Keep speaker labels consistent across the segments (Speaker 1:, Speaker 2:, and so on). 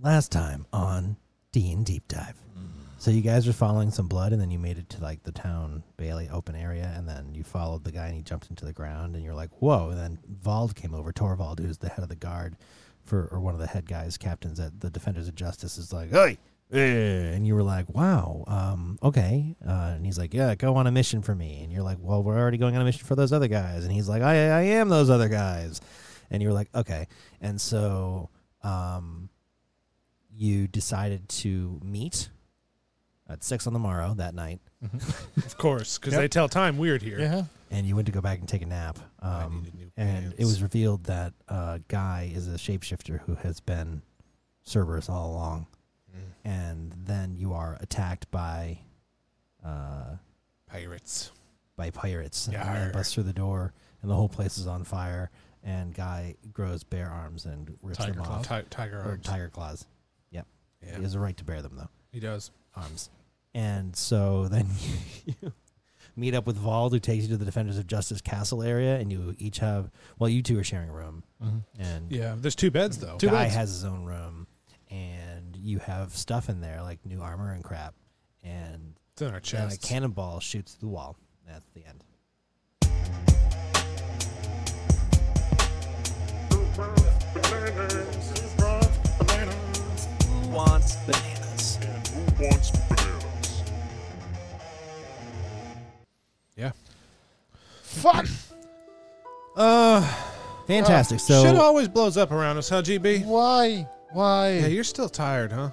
Speaker 1: last time on D and Deep Dive. So you guys were following some blood, and then you made it to like the town Bailey open area, and then you followed the guy, and he jumped into the ground, and you're like, "Whoa!" And then Vald came over. Torvald, who's the head of the guard for, or one of the head guys, captains at the Defenders of Justice, is like, "Hey!" eh," And you were like, "Wow, um, okay." Uh, and he's like, "Yeah, go on a mission for me." And you're like, "Well, we're already going on a mission for those other guys." And he's like, "I, I am those other guys." And you were like, "Okay." And so, um, you decided to meet at six on the morrow that night,
Speaker 2: Of course, because
Speaker 3: Yep.
Speaker 2: they tell time weird here.
Speaker 3: Yeah.
Speaker 1: and you went to go back and take a nap.
Speaker 2: I
Speaker 1: Um,
Speaker 2: needed new
Speaker 1: and
Speaker 2: pants.
Speaker 1: it was revealed that uh, Guy is a shapeshifter who has been Cerberus all along.
Speaker 2: Mm.
Speaker 1: And then you are attacked by uh,
Speaker 2: pirates.
Speaker 1: by pirates and
Speaker 2: Yarr.
Speaker 1: they bust through the door, and the whole place is on fire. And Guy grows bare arms and rips
Speaker 3: Tiger
Speaker 1: them
Speaker 3: claw.
Speaker 1: off.
Speaker 2: Ti- tiger
Speaker 1: Or
Speaker 2: arms.
Speaker 1: tiger claws. Yep,
Speaker 2: yeah,
Speaker 1: he has a right to bear them though.
Speaker 2: he does.
Speaker 1: arms. And so then you meet up with Vald, who takes you to the Defenders of Justice Castle area, and you each have well, you two are sharing a room,
Speaker 3: Mm-hmm.
Speaker 1: and
Speaker 2: Yeah, there's two beds though.
Speaker 1: guy has his own room, and you have stuff in there like new armor and crap, and
Speaker 2: It's in our
Speaker 1: then a
Speaker 2: chest.
Speaker 1: cannonball shoots through the wall. That's the end. Who wants bananas?
Speaker 2: yeah.
Speaker 3: Fuck.
Speaker 2: Uh,
Speaker 1: Fantastic. so
Speaker 2: shit always blows up around us, huh, GB?
Speaker 3: Why? Why?
Speaker 2: Yeah, you're still tired, huh?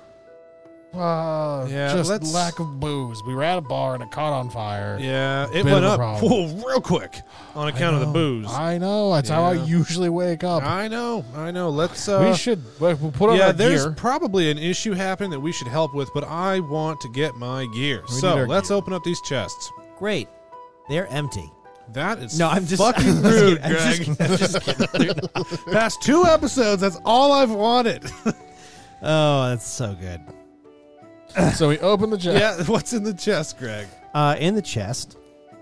Speaker 3: Uh,
Speaker 2: Yeah,
Speaker 3: just
Speaker 2: let's-
Speaker 3: lack of booze. We were at a bar and it caught on fire.
Speaker 2: Yeah, it
Speaker 3: Bit of
Speaker 2: went
Speaker 3: a
Speaker 2: up
Speaker 3: problem.
Speaker 2: whoa, real quick on
Speaker 3: I
Speaker 2: account of the
Speaker 3: know.
Speaker 2: booze. I,
Speaker 3: I know. That's how I
Speaker 2: Yeah.
Speaker 3: usually wake up.
Speaker 2: know, I know. Let's. Uh,
Speaker 3: we should we- we'll put on
Speaker 2: yeah,
Speaker 3: our
Speaker 2: there's
Speaker 3: gear.
Speaker 2: probably an issue happening that we should help with, but I want to get my gear.
Speaker 3: We need
Speaker 2: so
Speaker 3: our
Speaker 2: let's
Speaker 3: gear.
Speaker 2: open up these chests.
Speaker 1: great. They're empty.
Speaker 2: That is
Speaker 1: No, I'm just
Speaker 2: fucking
Speaker 1: I'm just
Speaker 2: rude,
Speaker 1: kidding. I'm just
Speaker 2: Greg.
Speaker 1: kidding. I'm just kidding.
Speaker 2: Past two episodes, that's all I've wanted.
Speaker 1: Oh, that's so good.
Speaker 3: so we open the chest.
Speaker 2: yeah, what's in the chest, Greg?
Speaker 1: Uh, in the chest,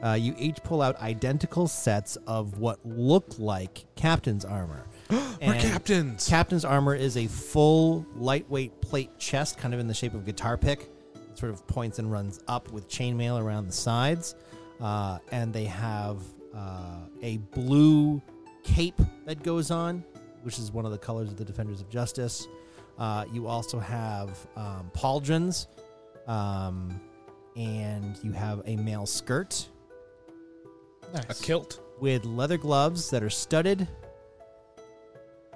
Speaker 1: uh, you each pull out identical sets of what look like captain's armor.
Speaker 2: We're
Speaker 1: And
Speaker 2: captains.
Speaker 1: Captain's armor is a full lightweight plate chest, kind of in the shape of a guitar pick. It sort of points and runs up with chainmail around the sides. Uh, and they have uh, a blue cape that goes on, which is one of the colors of the Defenders of Justice. Uh, you also have um, pauldrons, um, and you have a male skirt
Speaker 2: a
Speaker 3: Nice.
Speaker 2: kilt.
Speaker 1: with leather gloves that are studded.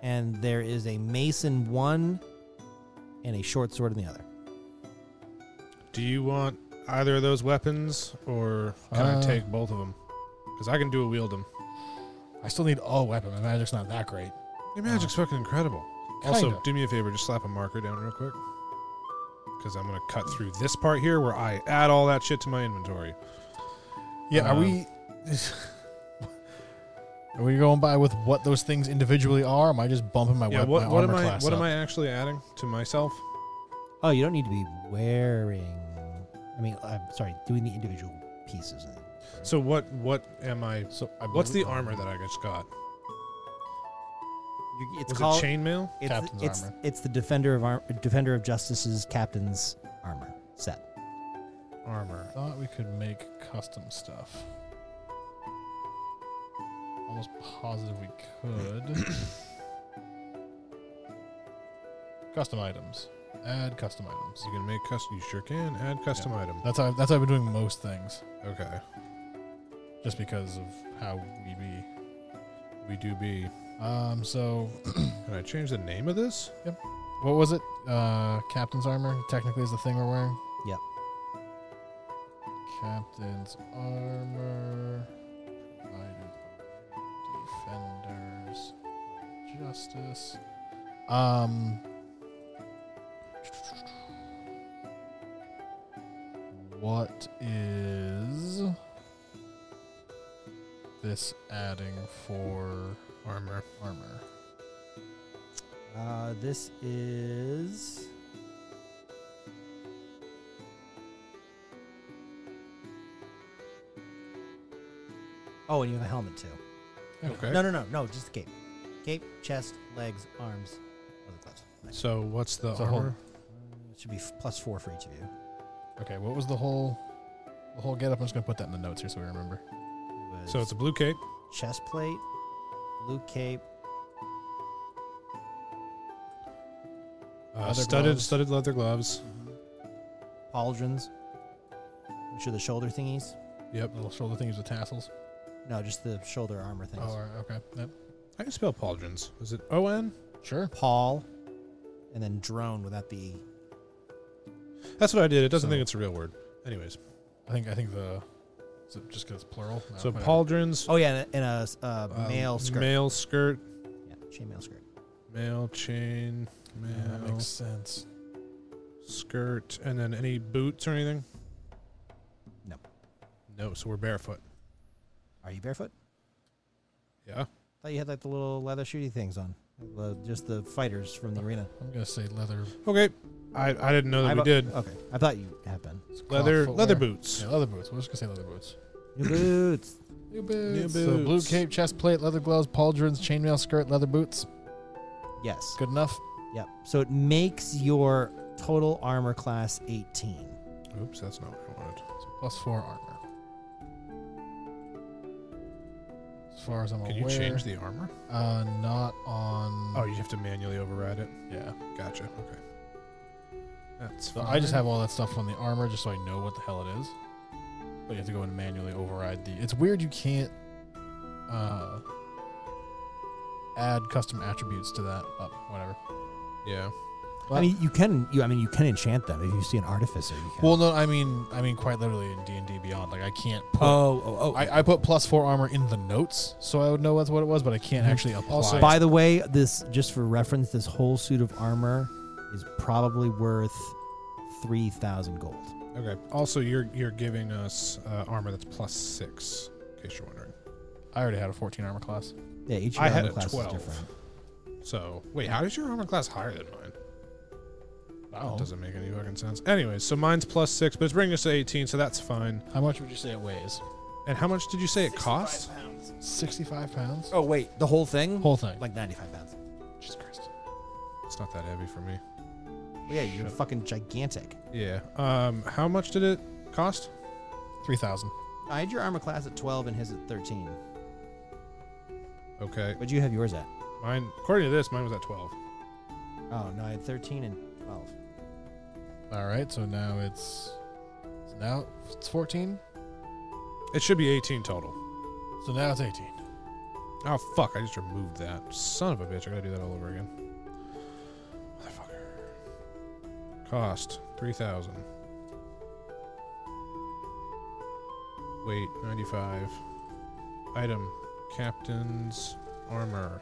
Speaker 1: And there is a mace in one and a short sword in the other.
Speaker 2: Do you want either of those weapons, or can I
Speaker 3: Uh,
Speaker 2: take both of them? Because I can do a wield them.
Speaker 3: I still need all weapon. My magic's not that great.
Speaker 1: uh,
Speaker 2: Your magic's fucking incredible.
Speaker 3: Kinda.
Speaker 2: Also, do me a favor, just slap a marker down real quick. Because I'm gonna cut through this part here where I add all that shit to my inventory.
Speaker 3: Yeah, are
Speaker 2: Um,
Speaker 3: we? Are we going by with what those things individually are? Am I just bumping my,
Speaker 2: yeah,
Speaker 3: wep-
Speaker 2: what,
Speaker 3: my
Speaker 2: what am
Speaker 3: armor
Speaker 2: I?
Speaker 3: class
Speaker 2: What
Speaker 3: up?
Speaker 2: am I actually adding to myself?
Speaker 1: Oh, you don't need to be wearing. I mean, I'm sorry, doing the individual pieces.
Speaker 2: So what? What am I?
Speaker 3: So I
Speaker 2: What's the
Speaker 3: believe-
Speaker 2: armor that I just got?
Speaker 1: You're- It's
Speaker 2: Was
Speaker 1: called
Speaker 2: it chainmail?
Speaker 1: it's,
Speaker 3: Captain's
Speaker 1: it's,
Speaker 3: armor.
Speaker 1: It's the defender of Ar- defender of justice's captain's armor set.
Speaker 2: Armor.
Speaker 3: Thought we could make custom stuff. Almost positive we could. custom items. Add custom items.
Speaker 2: You can make custom. You sure can add custom item.
Speaker 3: That's how that's how I've been doing most things,
Speaker 2: Okay.
Speaker 3: just because of how we be.
Speaker 2: We do be.
Speaker 3: Um. So,
Speaker 2: Can I change the name of this?
Speaker 3: what was it? Uh, captain's armor technically is the thing we're wearing.
Speaker 1: Yep.
Speaker 3: Captain's armor. Provided by defenders. of Justice. Um. What is this adding for
Speaker 2: Armor.
Speaker 3: armor?
Speaker 1: Uh, this is. Oh, and you have a helmet too.
Speaker 2: Okay.
Speaker 1: No, no, no, no. Just the cape. Cape, chest, legs, arms, leather gloves. Uh,
Speaker 2: So what's the
Speaker 3: It's a whole-
Speaker 2: armor?
Speaker 1: It should be f- plus four for each of you.
Speaker 3: Okay, what was the whole the whole get up? I'm just gonna put that in the notes here so we remember.
Speaker 1: It was
Speaker 2: So it's a blue cape.
Speaker 1: chest plate, blue cape.
Speaker 2: Uh,
Speaker 3: Leather
Speaker 2: studded
Speaker 3: gloves.
Speaker 2: studded leather gloves.
Speaker 1: pauldrons, which are the shoulder thingies.
Speaker 2: Yep.
Speaker 3: Little shoulder things with tassels.
Speaker 1: No, just the shoulder armor things.
Speaker 3: Oh, all right, okay. Yep.
Speaker 2: How do you spell pauldrons? Is it O N?
Speaker 3: Sure.
Speaker 1: Paul, and then drone without the E.
Speaker 2: That's what I did. It doesn't
Speaker 3: So- Oh,
Speaker 2: think it's a real word. Anyways,
Speaker 3: I think I think the is it just because plural. No,
Speaker 2: so
Speaker 3: whatever. Oh,
Speaker 2: pauldrons.
Speaker 1: Oh yeah, and a, and a s- uh,
Speaker 2: uh,
Speaker 1: male skirt.
Speaker 2: Male skirt.
Speaker 1: yeah, chainmail skirt.
Speaker 2: Male chain. Male
Speaker 3: Yeah, that makes sense.
Speaker 2: skirt. And then any boots or anything?
Speaker 1: No.
Speaker 2: No. So we're barefoot.
Speaker 1: Are you barefoot?
Speaker 2: Yeah.
Speaker 1: Thought you had like the little leather shooty things on, the, just the fighters from the arena.
Speaker 3: I'm gonna say leather
Speaker 2: Okay. I, I didn't know that
Speaker 1: I've
Speaker 2: we
Speaker 1: a-
Speaker 2: did
Speaker 1: Okay, I thought you had been.
Speaker 2: leather
Speaker 3: footwear.
Speaker 2: leather boots.
Speaker 3: yeah, leather boots. We're just gonna say leather boots.
Speaker 1: New boots.
Speaker 3: New boots.
Speaker 2: New
Speaker 3: So blue
Speaker 2: boots.
Speaker 3: cape, chest plate, leather gloves, pauldrons, chainmail skirt, leather boots.
Speaker 1: Yes.
Speaker 3: Good enough.
Speaker 1: Yep. So it makes your total armor class 18.
Speaker 2: Oops, that's not what I wanted.
Speaker 3: So plus four armor. As far as I'm
Speaker 2: Can you
Speaker 3: aware,
Speaker 2: change the armor?
Speaker 3: uh, not on.
Speaker 2: Oh, you have to manually override it.
Speaker 3: yeah.
Speaker 2: Gotcha. Okay. That's
Speaker 3: So
Speaker 2: fine.
Speaker 3: I just have all that stuff on the armor just so I know what the hell it is. But you have to go and manually override the. It's weird you can't uh, add custom attributes to that, but whatever.
Speaker 2: Yeah.
Speaker 3: But-
Speaker 4: I mean, you can. You, I mean, you can enchant them if you see an artificer. You can.
Speaker 3: Well, no, I mean, I mean, quite literally in D and D Beyond, like I can't put.
Speaker 4: oh, oh, oh.
Speaker 3: I, I put plus four armor in the notes, so I would know that's what it was, but I can't
Speaker 4: Mhm.
Speaker 3: actually apply.
Speaker 1: Also,
Speaker 3: it.
Speaker 4: By the way, this just for reference, this whole suit of armor is probably worth three thousand gold.
Speaker 2: Okay. Also, you're you're giving us uh, armor that's plus six. In case you're wondering.
Speaker 3: I already had a fourteen armor class.
Speaker 4: Yeah, each
Speaker 2: I
Speaker 4: armor
Speaker 2: had a
Speaker 4: class
Speaker 2: twelve.
Speaker 4: is different.
Speaker 2: So wait, how is your armor class higher than mine?
Speaker 3: Wow. Oh.
Speaker 2: That doesn't make any fucking sense. Anyways, so mine's plus six, but it's bringing us to eighteen, so that's fine.
Speaker 3: How much would you say it weighs?
Speaker 2: And how much did you say it costs?
Speaker 3: Sixty-five pounds.
Speaker 1: Oh, wait. The whole thing?
Speaker 3: Whole thing.
Speaker 1: Like 95 pounds.
Speaker 3: Jesus Christ.
Speaker 2: It's not that heavy for me.
Speaker 1: Well, yeah, you're fucking gigantic.
Speaker 2: Yeah. Um. How much did it cost?
Speaker 3: Three thousand.
Speaker 1: I had your armor class at 12 and his at 13.
Speaker 2: Okay.
Speaker 1: What'd you have yours at?
Speaker 2: Mine, according to this, mine was at twelve.
Speaker 1: Oh, no, I had 13 and 12.
Speaker 3: All right, so now it's so now it's 14.
Speaker 2: It should be eighteen total.
Speaker 3: So now it's 18.
Speaker 2: Oh fuck! I just removed that. Son of a bitch! I gotta do that all over again. Motherfucker. Cost three thousand. Weight ninety-five. Item: Captain's armor.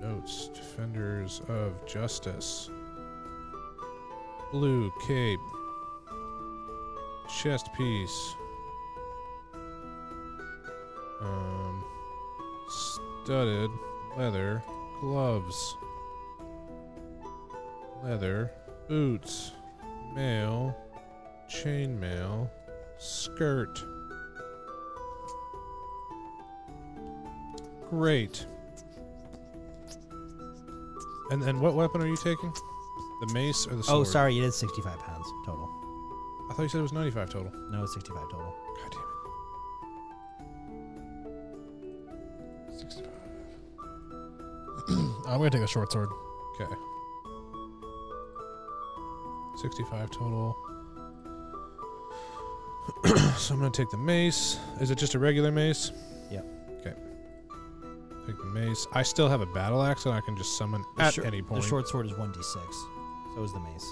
Speaker 2: Notes: Defenders of Justice. Blue cape. Chest piece. Um studded leather gloves, leather boots, male chainmail skirt. Great. And and what weapon are you taking? The mace or the sword?
Speaker 1: Oh, sorry, you did 65 pounds total.
Speaker 2: I thought you said it was 95 total.
Speaker 1: No, it's 65 total.
Speaker 2: God damn it.
Speaker 3: 65. I'm gonna take the short sword.
Speaker 2: Okay. 65 total. so I'm going to take the mace. Is it just a regular mace?
Speaker 1: Yep.
Speaker 2: Okay. Take the mace. I still have a battle axe that I can just summon
Speaker 1: The
Speaker 2: at
Speaker 1: shor-
Speaker 2: any point.
Speaker 1: The short sword is 1d6. So is the mace.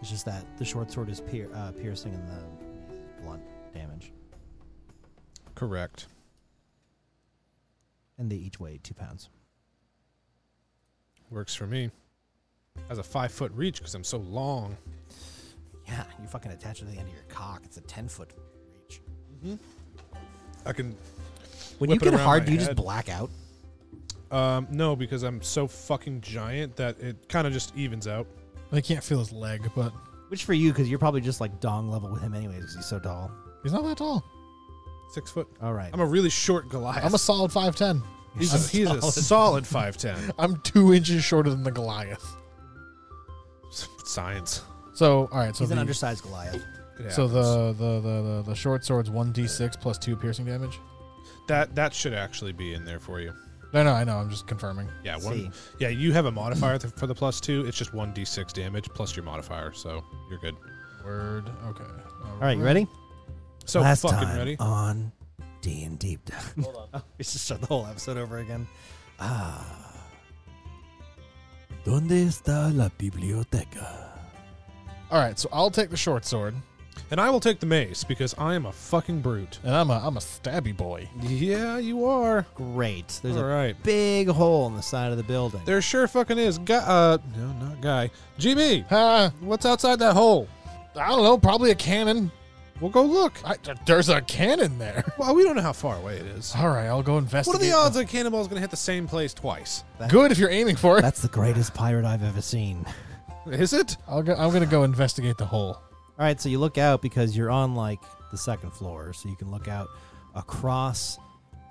Speaker 1: It's just that the short sword is pier- uh, piercing and the mace is blunt damage.
Speaker 2: Correct.
Speaker 1: And they each weigh two pounds.
Speaker 2: Works for me. Has a five foot reach because I'm so long.
Speaker 1: Yeah, you fucking attach it to the end of your cock. It's a 10 foot reach.
Speaker 2: I can.
Speaker 1: When
Speaker 2: Whip it
Speaker 1: you get
Speaker 2: around
Speaker 1: hard,
Speaker 2: my
Speaker 1: do you
Speaker 2: head.
Speaker 1: just black out?
Speaker 2: Um, no, because I'm so fucking giant that it kind of just evens out.
Speaker 3: I can't feel his leg, but
Speaker 1: Which for you, because you're probably just like dong level with him anyways, because he's so tall.
Speaker 3: he's not that tall.
Speaker 2: Six foot.
Speaker 1: All right.
Speaker 2: I'm a really short Goliath.
Speaker 3: I'm a solid 5'10.
Speaker 2: He's a, he's a solid five ten.
Speaker 3: I'm two inches shorter than the Goliath.
Speaker 2: Science.
Speaker 3: So all right, so
Speaker 5: He's an
Speaker 3: the-
Speaker 5: undersized Goliath.
Speaker 2: It
Speaker 3: so
Speaker 2: happens.
Speaker 3: the, the the the the short sword's one d six plus two piercing damage.
Speaker 2: that that should actually be in there for you.
Speaker 3: No, no, I know. I'm just confirming.
Speaker 2: Yeah, one.
Speaker 5: See,
Speaker 2: Yeah, you have a modifier th- for the plus two. It's just one d6 damage plus your modifier, so you're good.
Speaker 3: Word. Okay.
Speaker 1: All right, you ready?
Speaker 2: So
Speaker 1: Last
Speaker 2: fucking
Speaker 1: time
Speaker 2: ready.
Speaker 1: on D and Deep Dive.
Speaker 5: hold on.
Speaker 1: We should start the whole episode over again. Ah. ¿Dónde está la biblioteca?
Speaker 3: All right. So I'll take the short sword,
Speaker 2: And I will take the mace because I am a fucking brute.
Speaker 3: and I'm a I'm a stabby boy.
Speaker 2: Yeah, you are.
Speaker 5: Great. There's
Speaker 2: All
Speaker 5: a
Speaker 2: right.
Speaker 5: big hole in the side of the building.
Speaker 2: There sure fucking is. Guy, uh, no, not guy. GB,
Speaker 3: Huh?
Speaker 2: what's outside that hole?
Speaker 3: I don't know. Probably a cannon.
Speaker 2: We'll go look.
Speaker 3: I, there's a cannon there.
Speaker 2: Well, we don't know how far away it is.
Speaker 3: All right, I'll go investigate.
Speaker 2: What are the odds that a cannonball's going to hit the same place twice?
Speaker 3: Good if you're aiming for it.
Speaker 1: That's the greatest pirate I've ever seen.
Speaker 2: Is it?
Speaker 3: I'll go, I'm gonna go investigate the hole.
Speaker 1: All right, so you look out because you're on like the second floor, so you can look out across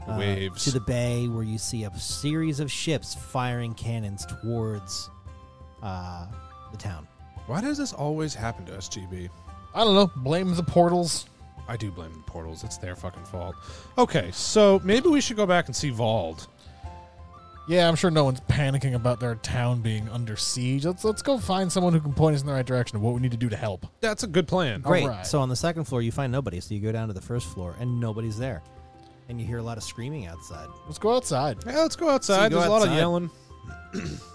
Speaker 1: uh,
Speaker 2: The waves.
Speaker 1: to the bay where you see a series of ships firing cannons towards uh, the town.
Speaker 2: Why does this always happen to us, GB?
Speaker 3: I don't know. Blame the portals.
Speaker 2: I do blame the portals. It's their fucking fault. Okay, so maybe we should go back and see Vald.
Speaker 3: Yeah, I'm sure no one's panicking about their town being under siege. Let's let's go find someone who can point us in the right direction of what we need to do to help.
Speaker 2: That's a good plan.
Speaker 3: All
Speaker 1: Great.
Speaker 3: right.
Speaker 1: So on the second floor, you find nobody, so you go down to the first floor and nobody's there, and you hear a lot of screaming outside,
Speaker 3: Let's go outside.
Speaker 2: Yeah, let's go outside.
Speaker 1: go
Speaker 2: There's a lot of
Speaker 1: outside.
Speaker 2: yelling.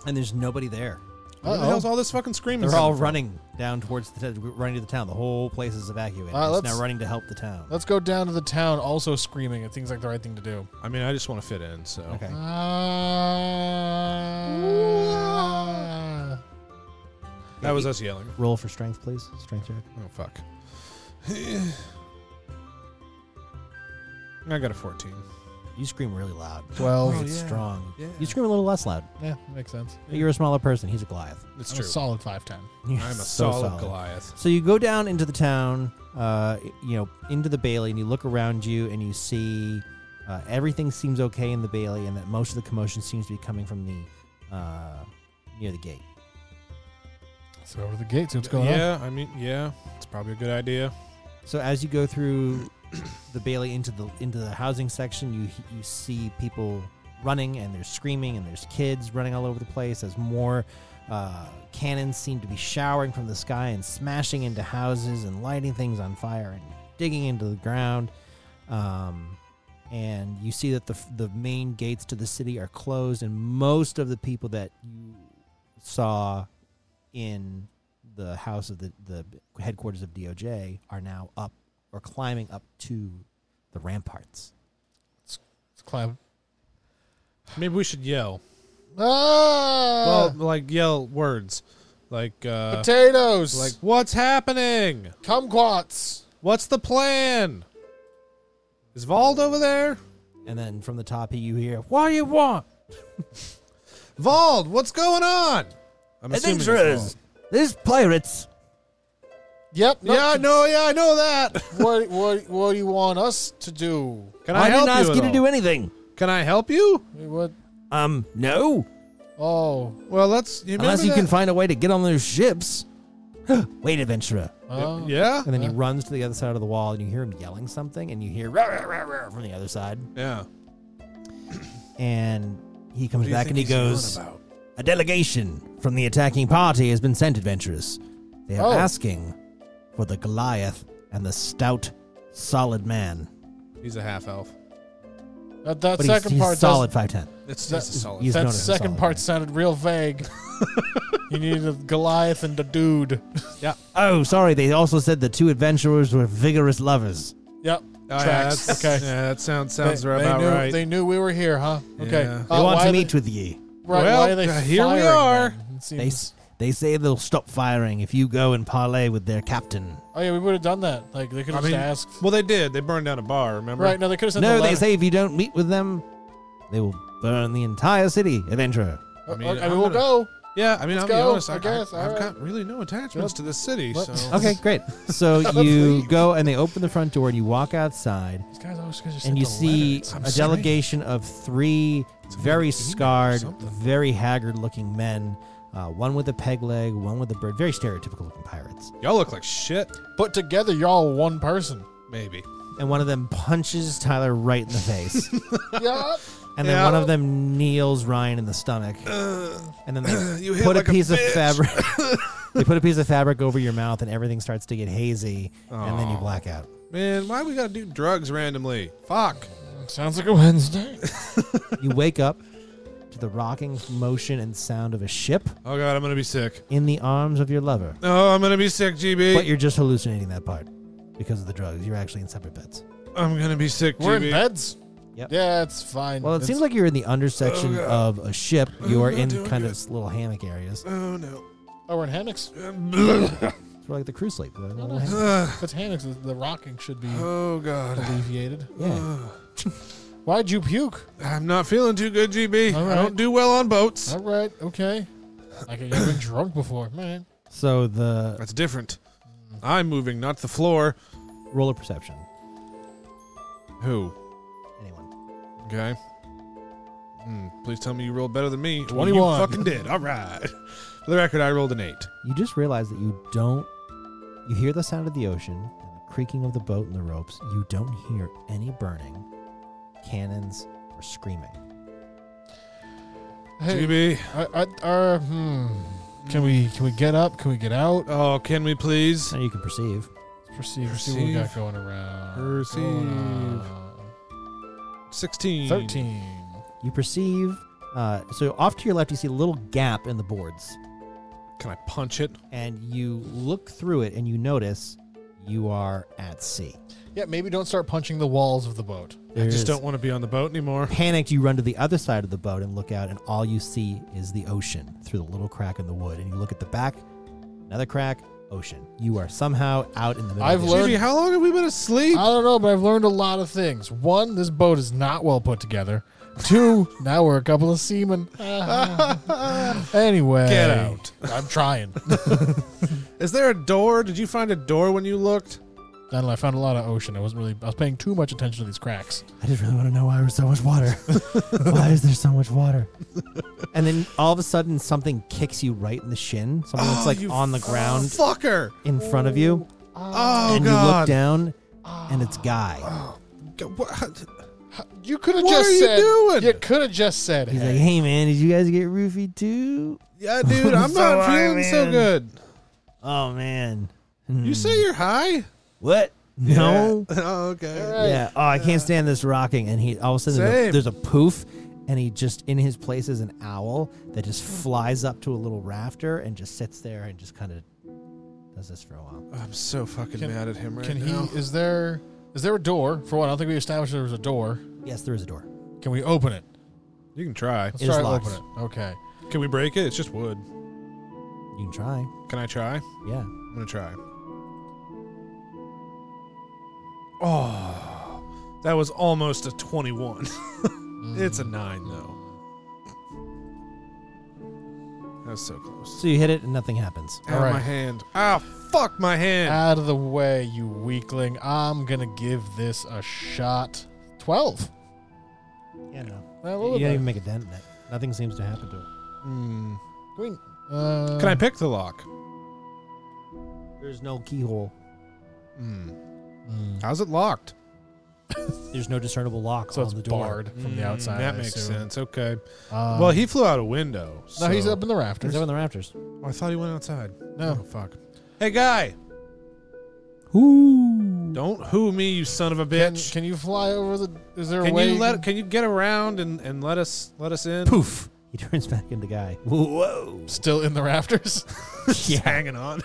Speaker 1: and there's nobody there.
Speaker 2: Where the
Speaker 3: Uh-oh.
Speaker 2: hell's all this fucking
Speaker 3: Hmm.
Speaker 2: screaming?
Speaker 1: They're all
Speaker 2: coming from?
Speaker 1: running down towards the t- running to the town. The whole place is evacuated.
Speaker 3: Uh,
Speaker 1: it's
Speaker 3: let's-
Speaker 1: now running to help the town.
Speaker 3: Let's go down to the town, also screaming. It seems like the right thing to do.
Speaker 2: I mean, I just want to fit in, so.
Speaker 1: Okay.
Speaker 3: Uh,
Speaker 2: That was us yelling.
Speaker 1: Roll for strength, please. Strength check.
Speaker 2: Oh, fuck. I got a 14.
Speaker 1: You scream really loud.
Speaker 3: Twelve.
Speaker 2: Oh,
Speaker 1: it's
Speaker 2: yeah.
Speaker 1: strong.
Speaker 2: Yeah.
Speaker 1: You scream a little less loud.
Speaker 3: yeah, makes sense.
Speaker 1: But you're a smaller person. He's a Goliath.
Speaker 2: It's
Speaker 3: I'm
Speaker 2: true.
Speaker 3: a solid five ten.
Speaker 1: You're
Speaker 2: I'm a
Speaker 1: so
Speaker 2: solid, Goliath.
Speaker 1: So you go down into the town, uh, you know, into the bailey, and you look around you, and you see uh, everything seems okay in the bailey, and that most of the commotion seems to be coming from the uh, near the gate.
Speaker 3: Let's go over to the gate. See what's going on.
Speaker 2: yeah, I mean, yeah. It's probably a good idea.
Speaker 1: So as you go through the bailey into the into the housing section, you you see people running and there's screaming and there's kids running all over the place as more uh, cannons seem to be showering from the sky and smashing into houses and lighting things on fire and digging into the ground. Um, and you see that the f- the main gates to the city are closed, and most of the people that you saw in the house of the, the headquarters of DOJ are now up or climbing up to the ramparts.
Speaker 3: Let's climb.
Speaker 2: Maybe we should yell.
Speaker 3: Ah!
Speaker 1: Uh.
Speaker 2: well, like, yell words. Like, uh,
Speaker 3: potatoes.
Speaker 2: like, what's happening?
Speaker 3: kumquats.
Speaker 2: What's the plan? Is Vald over there?
Speaker 1: And then from the top, you hear, "What do you want?
Speaker 2: Vald, what's going on? I'm assuming it's Vald.
Speaker 1: There's pirates.
Speaker 3: Yep.
Speaker 2: Yeah, I know. Yeah, I know that.
Speaker 3: what, what what do you want us to do?
Speaker 2: Can I, help
Speaker 1: didn't ask
Speaker 2: you, at
Speaker 1: you to
Speaker 2: all?
Speaker 1: do anything.
Speaker 2: Can I help you?
Speaker 3: Wait, What?
Speaker 1: Um, no,
Speaker 3: Oh,
Speaker 2: Well, let's. You
Speaker 1: unless
Speaker 2: remember
Speaker 1: you can
Speaker 2: that-
Speaker 1: find a way to get on those ships." Wait, adventurer.
Speaker 3: oh.
Speaker 2: Yeah.
Speaker 1: And then he runs to the other side of the wall, and you hear him yelling something, and you hear "Rah, rah, rah, rah," from the other side.
Speaker 2: Yeah.
Speaker 1: And he comes back and he goes, A delegation from the attacking party has been sent, adventurers. They are
Speaker 3: Oh.
Speaker 1: asking for the Goliath and the stout, solid man.
Speaker 2: He's a half elf.
Speaker 3: That, that
Speaker 1: But he's,
Speaker 3: second
Speaker 1: he's
Speaker 3: part
Speaker 1: solid 5'10.
Speaker 2: It's
Speaker 3: That-
Speaker 2: he's a solid.
Speaker 1: he's
Speaker 3: Does, that
Speaker 1: known as a
Speaker 3: second
Speaker 1: solid
Speaker 3: part
Speaker 1: man.
Speaker 3: sounded real vague. you needed a Goliath and a dude.
Speaker 1: Oh, sorry. They also said the two adventurers were vigorous lovers.
Speaker 3: Yep.
Speaker 2: Oh, yeah,
Speaker 3: tracks.
Speaker 2: that's-
Speaker 3: okay.
Speaker 2: Yeah, that sounds sounds
Speaker 3: they,
Speaker 2: right
Speaker 3: they
Speaker 2: about
Speaker 3: knew,
Speaker 2: right.
Speaker 3: They knew we were here, huh? Okay. Uh,
Speaker 2: Yeah.
Speaker 1: They want
Speaker 3: Oh, why
Speaker 1: to
Speaker 3: are
Speaker 1: meet with ye.
Speaker 3: Right,
Speaker 2: Well,
Speaker 3: why are they
Speaker 2: uh, here we
Speaker 3: firing
Speaker 2: are.
Speaker 3: then?
Speaker 1: They,
Speaker 3: It seems-
Speaker 1: s- they say they'll stop firing if you go and parley with their captain.
Speaker 3: oh yeah, we would have done that. Like they could
Speaker 2: I
Speaker 3: have
Speaker 2: mean,
Speaker 3: just asked.
Speaker 2: well, they did. They burned down a bar. Remember?
Speaker 3: Right? No, they could have sent.
Speaker 1: No,
Speaker 3: the
Speaker 1: they
Speaker 3: letter.
Speaker 1: say if you don't meet with them, they will burn the entire city, adventurer.
Speaker 3: Uh,
Speaker 2: I
Speaker 3: I
Speaker 2: mean,
Speaker 3: mean,
Speaker 2: I'm
Speaker 3: we'll
Speaker 2: gonna-
Speaker 3: go.
Speaker 2: Yeah, I mean,
Speaker 3: Let's
Speaker 2: I'll be
Speaker 3: go,
Speaker 2: honest. I,
Speaker 3: I guess,
Speaker 2: I, have
Speaker 3: alright.
Speaker 2: got really no attachments
Speaker 3: Yep.
Speaker 2: to the city.
Speaker 3: What?
Speaker 2: So
Speaker 1: Okay, great. So you go and they open the front door and you walk outside
Speaker 3: These guys always just
Speaker 1: and you see
Speaker 2: I'm
Speaker 1: a
Speaker 2: sorry.
Speaker 1: delegation of three
Speaker 2: Somebody
Speaker 1: very
Speaker 2: emailed or
Speaker 1: scarred,
Speaker 2: something.
Speaker 1: very haggard looking men. Uh, one with a peg leg, one with a bird. Very stereotypical looking pirates.
Speaker 2: y'all look like shit.
Speaker 3: put together, y'all one person.
Speaker 2: Maybe.
Speaker 1: And one of them punches Tyler right in the face.
Speaker 3: yeah.
Speaker 1: and then
Speaker 2: Yeah. Uh,
Speaker 1: one of them kneels Ryan in the stomach. and then they
Speaker 2: you hit
Speaker 1: put
Speaker 2: like
Speaker 1: a
Speaker 2: a
Speaker 1: piece of
Speaker 2: bitch.
Speaker 1: fabric. they put a piece of fabric over your mouth, and everything starts to get hazy, and then you
Speaker 2: Aw.
Speaker 1: black out.
Speaker 2: Man, why we gotta do drugs randomly? Fuck.
Speaker 3: Sounds like a Wednesday.
Speaker 1: You wake up to the rocking motion and sound of a ship
Speaker 2: Oh god, I'm gonna be sick.
Speaker 1: in the arms of your lover.
Speaker 2: Oh, I'm gonna be sick, GB.
Speaker 1: But you're just hallucinating that part because of the drugs. You're actually in separate beds.
Speaker 2: I'm gonna be sick,
Speaker 3: We're
Speaker 2: GB.
Speaker 3: in beds.
Speaker 1: Yep.
Speaker 3: Yeah, it's fine.
Speaker 1: Well, it
Speaker 3: It's-
Speaker 1: seems like you're in the undersection
Speaker 2: Oh,
Speaker 1: of
Speaker 2: God.
Speaker 1: a ship.
Speaker 2: Oh,
Speaker 1: You're
Speaker 2: not
Speaker 1: in
Speaker 2: doing
Speaker 1: kind
Speaker 2: good.
Speaker 1: of little hammock areas.
Speaker 2: Oh no.
Speaker 3: oh, we're in hammocks.
Speaker 1: It's like the cruise sleep. the little
Speaker 3: nice.
Speaker 1: hammock.
Speaker 2: Ugh.
Speaker 3: That's hammocks. The rocking should be
Speaker 2: Uh, oh god.
Speaker 3: alleviated.
Speaker 1: Yeah.
Speaker 2: Ugh.
Speaker 3: Why'd you puke?
Speaker 2: I'm not feeling too good, GB.
Speaker 3: All
Speaker 2: I
Speaker 3: right.
Speaker 2: don't do well on boats.
Speaker 3: All right, okay. Like I've been drunk before, man.
Speaker 1: So the
Speaker 2: That's different. I'm moving, not the floor.
Speaker 1: roll of perception.
Speaker 2: Who?
Speaker 1: Anyone?
Speaker 2: Okay. Mm, please tell me you rolled better than me. Well,
Speaker 3: 21.
Speaker 2: you fucking did. All right. For the record, I rolled an eight.
Speaker 1: You just realize that you don't. You hear the sound of the ocean and the creaking of the boat and the ropes. You don't hear any burning, cannons, or screaming.
Speaker 3: Hey,
Speaker 2: GB.
Speaker 3: I, I, uh, hmm. Can we can we get up? Can we get out?
Speaker 2: Oh, can we please?
Speaker 1: Now you can perceive.
Speaker 3: Let's proceed. See what we got
Speaker 2: Perceive.
Speaker 3: going around.
Speaker 2: Perceive.
Speaker 3: Going on.
Speaker 2: 16.
Speaker 3: Thirteen.
Speaker 1: You perceive. Uh, so off to your left, you see a little gap in the boards,
Speaker 2: Can I punch it?
Speaker 1: and you look through it, and you notice you are at sea.
Speaker 3: Yeah, maybe don't start punching the walls of the boat.
Speaker 1: There
Speaker 2: I just
Speaker 1: is-
Speaker 2: don't want to be on the boat anymore.
Speaker 1: Panicked, you run to the other side of the boat and look out, and all you see is the ocean through the little crack in the wood. And you look at the back, another crack, ocean. You are somehow out in the middle.
Speaker 3: I've
Speaker 1: of the
Speaker 3: learned-
Speaker 2: GB, how long have we been asleep?
Speaker 3: I don't know, but I've learned a lot of things. One, this boat is not well put together. Two, now we're a couple of seamen. anyway,
Speaker 2: Get out.
Speaker 3: I'm trying.
Speaker 2: Is there a door? Did you find a door when you looked?
Speaker 3: I don't know, I found a lot of ocean. I wasn't really. I was paying too much attention to these cracks.
Speaker 1: I just really want to know why there's so much water. why is there so much water? and then all of a sudden, something kicks you right in the shin. Something that's
Speaker 2: Oh,
Speaker 1: like
Speaker 2: you
Speaker 1: on the ground
Speaker 2: Fucker.
Speaker 1: in front of you.
Speaker 2: Oh,
Speaker 1: and you look
Speaker 2: God.
Speaker 1: down, and it's Guy.
Speaker 2: G- what?
Speaker 3: You could have
Speaker 2: What
Speaker 3: just
Speaker 2: are you
Speaker 3: said.
Speaker 2: doing?
Speaker 3: You could have just said.
Speaker 1: He's
Speaker 3: hey.
Speaker 1: like, "Hey man, did you guys get roofied too?
Speaker 2: Yeah, dude, I'm
Speaker 1: So
Speaker 2: not
Speaker 1: high,
Speaker 2: feeling so
Speaker 1: man.
Speaker 2: good.
Speaker 1: Oh man,
Speaker 2: You say you're high?
Speaker 1: what? No,
Speaker 2: Yeah. Oh, okay.
Speaker 3: All right.
Speaker 1: Yeah. Oh, I can't stand this rocking. And he all of a sudden there's a-
Speaker 2: Same.
Speaker 1: there's a poof, and he just in his place is an owl that just flies up to a little rafter and just sits there and just kind of does this for a while.
Speaker 2: I'm so fucking
Speaker 3: Can-
Speaker 2: mad at him right
Speaker 3: Can he?
Speaker 2: now.
Speaker 3: Is there? Is there a door? For one, I don't think we established there was a door.
Speaker 1: Yes, there is a door.
Speaker 3: Can we open it?
Speaker 2: You can try.
Speaker 3: Let's
Speaker 1: It is
Speaker 3: try to
Speaker 1: locked.
Speaker 3: open it. Okay.
Speaker 2: Can we break it? It's just wood.
Speaker 1: You can try.
Speaker 2: Can I try?
Speaker 1: Yeah.
Speaker 2: I'm gonna try. Oh, that was almost a 21. it's a nine though. That was so close.
Speaker 1: So you hit it and nothing happens.
Speaker 2: Ow,
Speaker 3: All right.
Speaker 2: my hand. Ah, fuck my hand.
Speaker 3: Out of the way, you weakling. I'm gonna give this a shot. Twelve.
Speaker 1: Yeah, no.
Speaker 3: A little
Speaker 1: You don't
Speaker 3: bit.
Speaker 1: even make a dent in it. Nothing seems to happen to it.
Speaker 3: Ah.
Speaker 2: Hmm.
Speaker 3: Can we- uh,
Speaker 2: Can I pick the lock?
Speaker 1: There's no keyhole.
Speaker 2: Hmm.
Speaker 3: Mm.
Speaker 2: How's it locked?
Speaker 1: There's no discernible lock
Speaker 3: So
Speaker 1: on
Speaker 3: it's
Speaker 1: the door.
Speaker 3: barred from the
Speaker 2: Hmm,
Speaker 3: outside.
Speaker 2: That
Speaker 3: I
Speaker 2: makes
Speaker 3: assume.
Speaker 2: sense. Okay.
Speaker 3: Um,
Speaker 2: well, he flew out a window.
Speaker 3: no, he's
Speaker 2: so-
Speaker 3: up in the rafters.
Speaker 1: He's up in the rafters.
Speaker 2: Oh, I thought he went outside. Oh
Speaker 3: no,
Speaker 2: fuck. Hey guy,
Speaker 1: Ooh.
Speaker 2: don't hoo me, you son of a
Speaker 3: can,
Speaker 2: bitch.
Speaker 3: can you fly over the? Is there a
Speaker 2: Can
Speaker 3: way?
Speaker 2: you let? Can you get around and, and let us let us in?
Speaker 1: Poof. He turns back into Guy. Whoa.
Speaker 3: still in the rafters?
Speaker 2: Just hanging on.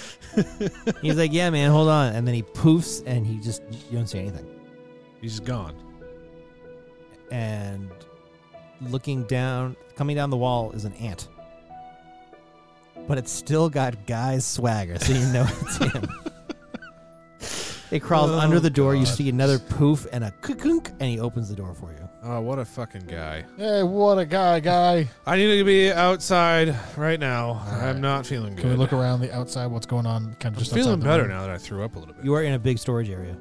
Speaker 1: He's like, yeah, man, hold on. And then he poofs and he just, you don't see anything.
Speaker 2: He's gone.
Speaker 1: And looking down, coming down the wall is an ant. But it's still got Guy's swagger, so you know it's him. It crawls
Speaker 2: Oh,
Speaker 1: under the door. You
Speaker 2: God.
Speaker 1: see another poof and a kunk, and he opens the door for you.
Speaker 2: Oh, what a fucking guy.
Speaker 3: Hey, what a guy, guy.
Speaker 2: I need to be outside right now. I'm
Speaker 3: right.
Speaker 2: not feeling good.
Speaker 3: Can we look around the outside? What's going on? Kind
Speaker 2: I'm
Speaker 3: of just outside
Speaker 2: feeling
Speaker 3: the
Speaker 2: better
Speaker 3: room?
Speaker 2: now that I threw up a little bit.
Speaker 1: You are in a big storage area.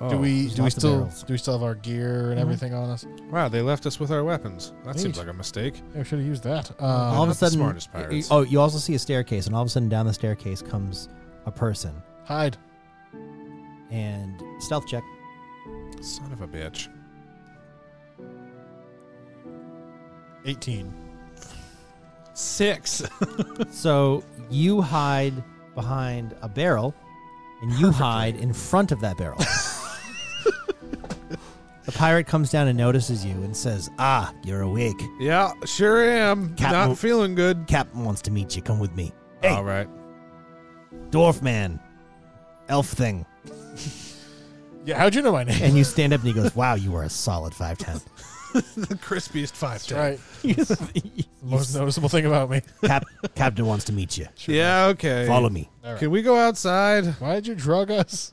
Speaker 2: Oh,
Speaker 3: Do we
Speaker 1: there's
Speaker 3: do we
Speaker 1: lots of
Speaker 3: still
Speaker 1: barrels.
Speaker 3: do we still have our gear and
Speaker 1: Mhm.
Speaker 3: everything on us?
Speaker 2: Wow, they left us with our weapons. That
Speaker 3: Neat.
Speaker 2: seems like a mistake.
Speaker 3: Yeah, we should have used that. Um,
Speaker 1: all of a
Speaker 2: Oh, not the
Speaker 1: sudden,
Speaker 2: smartest
Speaker 1: y- y-
Speaker 2: pirates.
Speaker 1: oh, you also see a staircase, and all of a sudden, down the staircase comes a person.
Speaker 3: hide.
Speaker 1: And stealth check.
Speaker 2: Son of a bitch.
Speaker 3: Eighteen.
Speaker 2: Six.
Speaker 1: so you hide behind a barrel, and you hide in front of that barrel. the pirate comes down and notices you and says, "Ah, you're awake.
Speaker 2: yeah, sure am.
Speaker 1: Cat
Speaker 2: not
Speaker 1: mo-
Speaker 2: feeling good.
Speaker 1: Captain wants to meet you. Come with me, Hey.
Speaker 2: All right.
Speaker 1: dwarf man, elf thing."
Speaker 3: Yeah, how'd you know my name?
Speaker 1: And you stand up, and he goes, "Wow, you are a solid five ten.
Speaker 2: The crispiest five
Speaker 3: That's right. Most noticeable thing about me.
Speaker 1: Cap, captain wants to meet you.
Speaker 3: Sure.
Speaker 2: Yeah, okay.
Speaker 1: Follow me."
Speaker 3: All right.
Speaker 2: Can we go outside?
Speaker 3: Why did you drug us?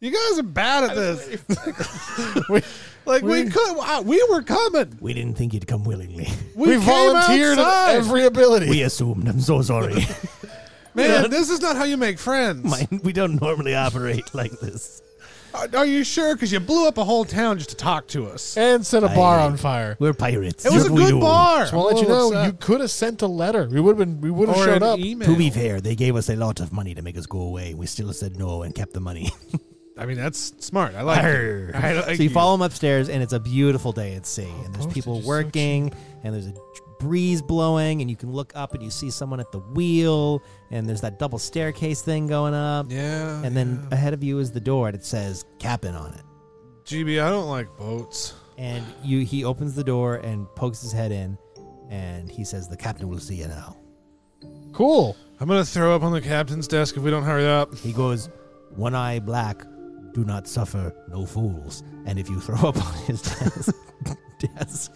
Speaker 2: You guys are bad at this.
Speaker 3: We-
Speaker 2: like we,
Speaker 3: we-
Speaker 2: could, wow, we were coming.
Speaker 1: We didn't think you'd come willingly.
Speaker 2: We, came
Speaker 3: volunteered
Speaker 2: outside.
Speaker 3: every ability.
Speaker 1: We assumed. I'm so sorry.
Speaker 2: Man, this is not how you make friends.
Speaker 1: Mine- we don't normally operate like this.
Speaker 2: Are, are you sure? Because you blew up a whole town just to talk to us.
Speaker 3: and set a
Speaker 1: I-
Speaker 3: bar on fire.
Speaker 1: We're pirates.
Speaker 2: It was a
Speaker 1: What we
Speaker 2: good
Speaker 1: do.
Speaker 2: bar.
Speaker 3: Just want to let you
Speaker 2: I'm a little
Speaker 3: know, you
Speaker 2: upset.
Speaker 3: could have sent a letter. We would have been. We would have
Speaker 2: or an
Speaker 3: showed
Speaker 2: e-
Speaker 3: up.
Speaker 2: email.
Speaker 1: To be fair, they gave us a lot of money to make us go away. We still said no and kept the money.
Speaker 2: I mean, that's smart. I like. it. I like
Speaker 1: so you follow him upstairs, and it's a beautiful day at sea. and there's
Speaker 3: postage
Speaker 1: people
Speaker 3: is so
Speaker 1: working, and there's a breeze blowing, and you can look up and you see someone at the wheel, and there's that double staircase thing going up.
Speaker 2: Yeah.
Speaker 1: And then ahead of you is the door, and it says Captain on it.
Speaker 2: GB, I don't like boats.
Speaker 1: And you, he opens the door and pokes his head in, and he says, "The captain will see you now."
Speaker 3: Cool.
Speaker 2: I'm gonna throw up on the captain's desk if we don't hurry up.
Speaker 1: He goes, "One eye black, do not suffer, no fools." And if you throw up on his desk, desk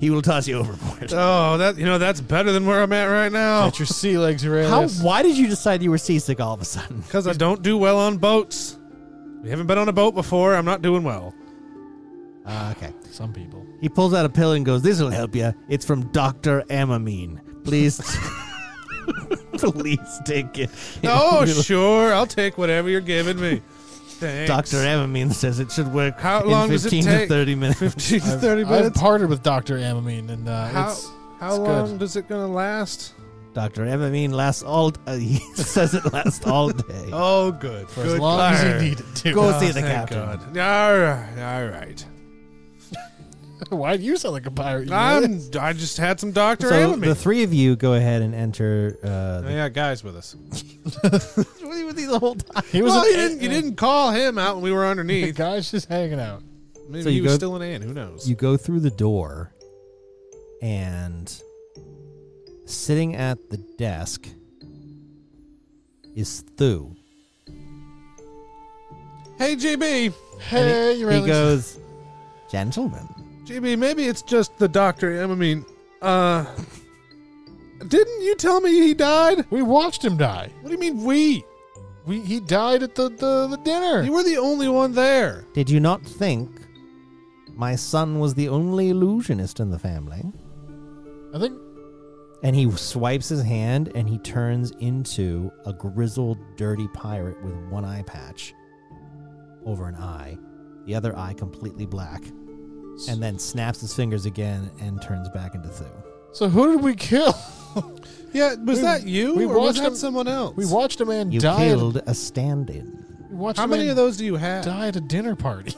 Speaker 1: he will toss you overboard.
Speaker 2: Oh, that you know that's better than where I'm at right now.
Speaker 3: Get your sea legs,
Speaker 1: How?
Speaker 3: Aurelius.
Speaker 1: Why did you decide you were seasick all of a sudden?
Speaker 2: Because I don't do well on boats. We haven't been on a boat before. I'm not doing well.
Speaker 1: Uh, okay.
Speaker 3: Some people.
Speaker 1: He pulls out a pill and goes, "This will help you. It's from Doctor Amamine. Please, please take it."
Speaker 2: Oh, sure. I'll take whatever you're giving me. Thanks.
Speaker 1: Doctor Amamine says it should work
Speaker 2: How
Speaker 1: in
Speaker 2: long does it
Speaker 1: fifteen to
Speaker 2: take?
Speaker 1: thirty minutes.
Speaker 2: 15 to
Speaker 3: I've-
Speaker 2: 30
Speaker 3: I've
Speaker 2: minutes.
Speaker 3: parted with Doctor Amamine, and uh,
Speaker 2: How-
Speaker 3: it's
Speaker 2: How
Speaker 3: it's good.
Speaker 2: long does it gonna last?
Speaker 1: Doctor Amamine lasts all. Uh, he says it lasts all day.
Speaker 2: Oh, good.
Speaker 3: for
Speaker 2: good
Speaker 3: as long as
Speaker 2: lord.
Speaker 3: you need it to.
Speaker 1: Go see the
Speaker 2: Thank
Speaker 1: captain.
Speaker 2: God. All right. All right.
Speaker 3: Why do you sound like a pirate? you know?
Speaker 2: I'm, I just had some Dr.
Speaker 1: So
Speaker 2: Amamine.
Speaker 1: the three of you go ahead and enter. Uh,
Speaker 2: Oh, yeah, guys with us.
Speaker 1: the whole time.
Speaker 3: He was.
Speaker 2: well,
Speaker 3: an
Speaker 2: you didn't, you didn't call him out when we were
Speaker 3: The
Speaker 2: underneath.
Speaker 3: guy's just hanging out.
Speaker 2: Maybe
Speaker 1: So
Speaker 2: he
Speaker 1: you
Speaker 2: was
Speaker 1: go-
Speaker 2: still an ant. Who knows?
Speaker 1: You go through the door, and sitting at the desk is Thu.
Speaker 2: hey, GB.
Speaker 3: Hey, you
Speaker 1: He
Speaker 3: really?
Speaker 1: goes, gentlemen.
Speaker 2: GB, maybe it's just the Dr. Amamine. Uh, didn't you tell me he died?
Speaker 3: we watched him die.
Speaker 2: What do you mean we?
Speaker 3: We he died at the the, the dinner.
Speaker 2: You were the only one there.
Speaker 1: Did you not think my son was the only illusionist in the family?
Speaker 3: I think
Speaker 1: And he swipes his hand and he turns into a grizzled, dirty pirate with one eye patch over an eye, the other eye completely black, and then snaps his fingers again and turns back into Thu.
Speaker 3: So who did we kill?
Speaker 2: Yeah, was
Speaker 3: We-
Speaker 2: that you
Speaker 3: we
Speaker 2: or was
Speaker 3: watched
Speaker 2: that
Speaker 3: him-
Speaker 2: someone else?
Speaker 3: We watched a man
Speaker 1: You
Speaker 3: die. At,
Speaker 1: killed a stand in.
Speaker 3: we watched
Speaker 2: How
Speaker 3: a
Speaker 2: many
Speaker 3: man
Speaker 2: of those do you have?
Speaker 3: die at a dinner party?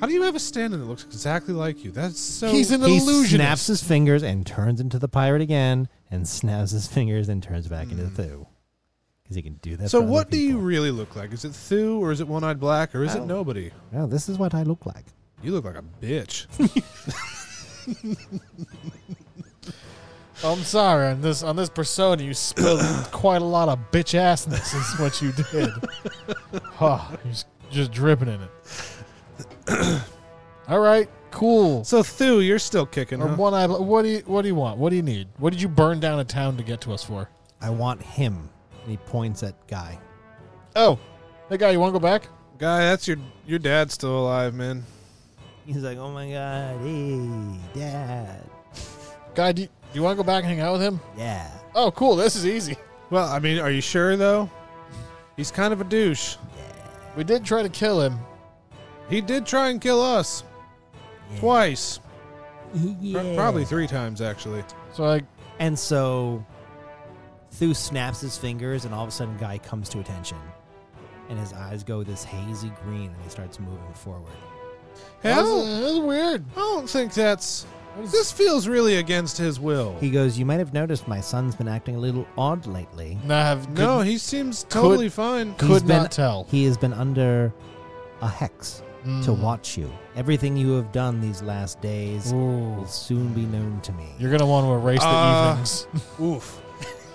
Speaker 2: How do you have a stand-in that looks exactly like you? That's so.
Speaker 3: He's an
Speaker 1: He
Speaker 3: illusionist.
Speaker 1: snaps his fingers and turns into the pirate again, and snaps his fingers and turns back into Thu. Because he can do that.
Speaker 2: Hmm. so
Speaker 1: for other
Speaker 2: what do you
Speaker 1: people.
Speaker 2: really look like? Is it Thu or is it One Eyed Black or is it nobody?
Speaker 1: Well, Oh, this is what I look like.
Speaker 2: You look like a bitch.
Speaker 3: I'm sorry on this on this persona you spilled quite a lot of bitch assness is what you did. huh, you're just, just dripping in it. All right, cool.
Speaker 2: so Thu, you're still kicking.
Speaker 3: Or
Speaker 2: huh?
Speaker 3: one eye. What do you What do you want? What do you need? What did you burn down a town to get to us for?
Speaker 1: I want him. And he points at Guy.
Speaker 3: Oh, hey guy, you want to go back?
Speaker 2: Guy, that's your your dad's still alive, man.
Speaker 1: He's like, oh my god, hey, dad,
Speaker 3: Guy, do you, do you want to go back and hang out with him?
Speaker 1: yeah.
Speaker 3: Oh, cool. This is easy.
Speaker 2: Well, I mean, are you sure though? He's kind of a douche.
Speaker 3: We did try to kill him.
Speaker 2: He did try and kill us
Speaker 1: yeah.
Speaker 2: twice, Pro-
Speaker 1: Yeah.
Speaker 2: probably three times actually.
Speaker 3: So I
Speaker 5: And so Thu snaps his fingers, and all of a sudden, Guy comes to attention. And his eyes go this hazy green, and he starts moving forward.
Speaker 2: Hey, I
Speaker 3: that
Speaker 2: don't-
Speaker 3: was, that was weird.
Speaker 2: I don't think that's. This feels really against his will.
Speaker 1: He goes, you might have noticed my son's been acting a little odd lately.
Speaker 3: Nah, have
Speaker 2: no, he seems totally fine.
Speaker 3: could,
Speaker 1: He's
Speaker 3: could
Speaker 1: been-
Speaker 3: not tell. Mm.
Speaker 1: He has been under a hex to watch you. Everything you have done these last days
Speaker 3: Ooh.
Speaker 1: will soon be known to me.
Speaker 3: You're gonna want to erase the
Speaker 2: Uh,
Speaker 3: evenings.
Speaker 2: Oof.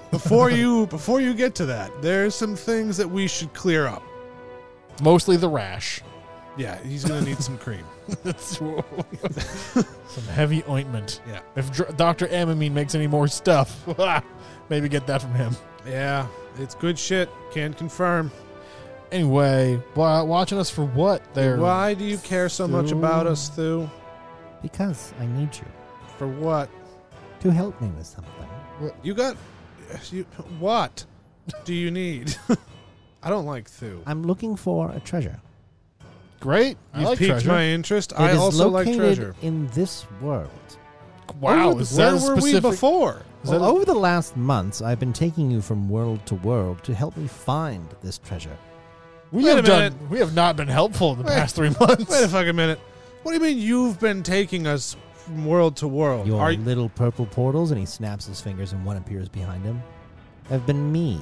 Speaker 2: Before you before you get to that, there's some things that we should clear up.
Speaker 3: Mostly the rash.
Speaker 2: Yeah, he's gonna need some cream.
Speaker 3: Some heavy ointment.
Speaker 2: Yeah.
Speaker 3: If Dr. Doctor Amamine makes any more stuff, maybe get that from him.
Speaker 2: Yeah, it's good shit. Can confirm.
Speaker 3: Anyway, why, watching us for what? There.
Speaker 2: Why do you care so much about us, Thu?
Speaker 1: Because I need you
Speaker 2: For what?
Speaker 1: to help me with something.
Speaker 2: You got you, what do you need? I don't like Thu.
Speaker 1: I'm looking for a treasure.
Speaker 3: Great. I
Speaker 2: You've
Speaker 3: like
Speaker 2: piqued
Speaker 3: treasure.
Speaker 2: my interest.
Speaker 1: It
Speaker 2: I
Speaker 1: is
Speaker 2: also like
Speaker 1: located
Speaker 2: treasure.
Speaker 1: in this world.
Speaker 3: wow.
Speaker 2: Where,
Speaker 3: is
Speaker 2: where
Speaker 3: that a
Speaker 2: were we
Speaker 3: specific-
Speaker 2: before?
Speaker 3: Is
Speaker 1: Well,
Speaker 3: that a-
Speaker 1: over the last months, I've been taking you from world to world to help me find this treasure.
Speaker 3: we
Speaker 2: Wait a
Speaker 3: have done.
Speaker 2: minute.
Speaker 3: We have not been helpful in the
Speaker 2: Wait.
Speaker 3: past three months.
Speaker 2: Wait a fucking minute. What do you mean you've been taking us from world to world?
Speaker 1: Your
Speaker 2: Are
Speaker 1: little purple portals, and he snaps his fingers, and one appears behind him. Have been me.